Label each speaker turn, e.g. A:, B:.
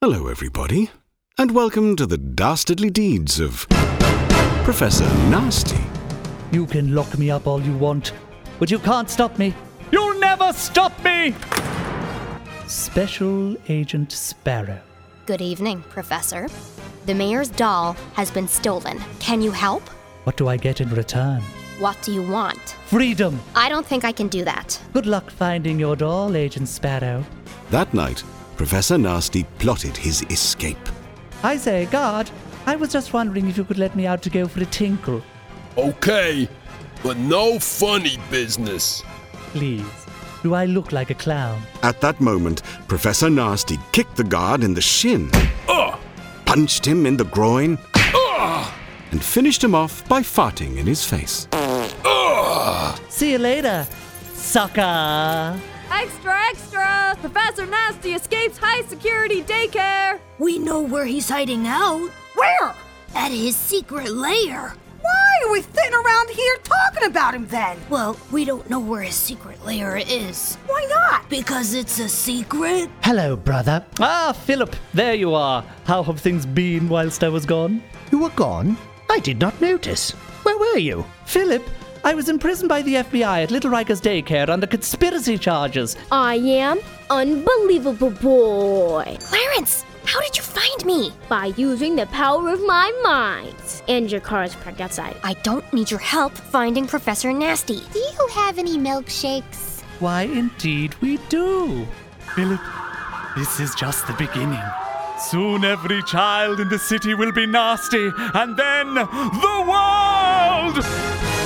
A: Hello, everybody, and welcome to the dastardly deeds of Professor Nasty.
B: You can lock me up all you want, but you can't stop me. You'll never stop me! Special Agent Sparrow.
C: Good evening, Professor. The mayor's doll has been stolen. Can you help?
B: What do I get in return?
C: What do you want?
B: Freedom!
C: I don't think I can do that.
B: Good luck finding your doll, Agent Sparrow.
A: That night, Professor Nasty plotted his escape.
B: I say, guard, I was just wondering if you could let me out to go for a tinkle,
D: Okay, but no funny business.
B: please. Do I look like a clown?
A: At that moment, Professor Nasty kicked the guard in the shin, punched him in the groin, and finished him off by farting in his face.
B: See you later, sucker!
E: Extra, extra! Professor Nasty escapes high security daycare!
F: We know where he's hiding out.
G: Where?
F: At his secret lair.
G: Why are we sitting around here talking about him then?
F: Well, we don't know where his secret lair is.
G: Why not?
F: Because it's a secret?
B: Hello, brother. Ah, Philip, there you are. How have things been whilst I was gone?
H: You were gone? I did not notice. Where were you?
B: Philip, I was imprisoned by the FBI at Little Riker's daycare under conspiracy charges.
I: I am unbelievable boy
C: Clarence, how did you find me?
I: by using the power of my mind. And your car is parked outside.
C: I don't need your help finding Professor Nasty. Do you have any milkshakes?
B: Why, indeed, we do. Philip, this is just the beginning. Soon every child in the city will be nasty, and then the world!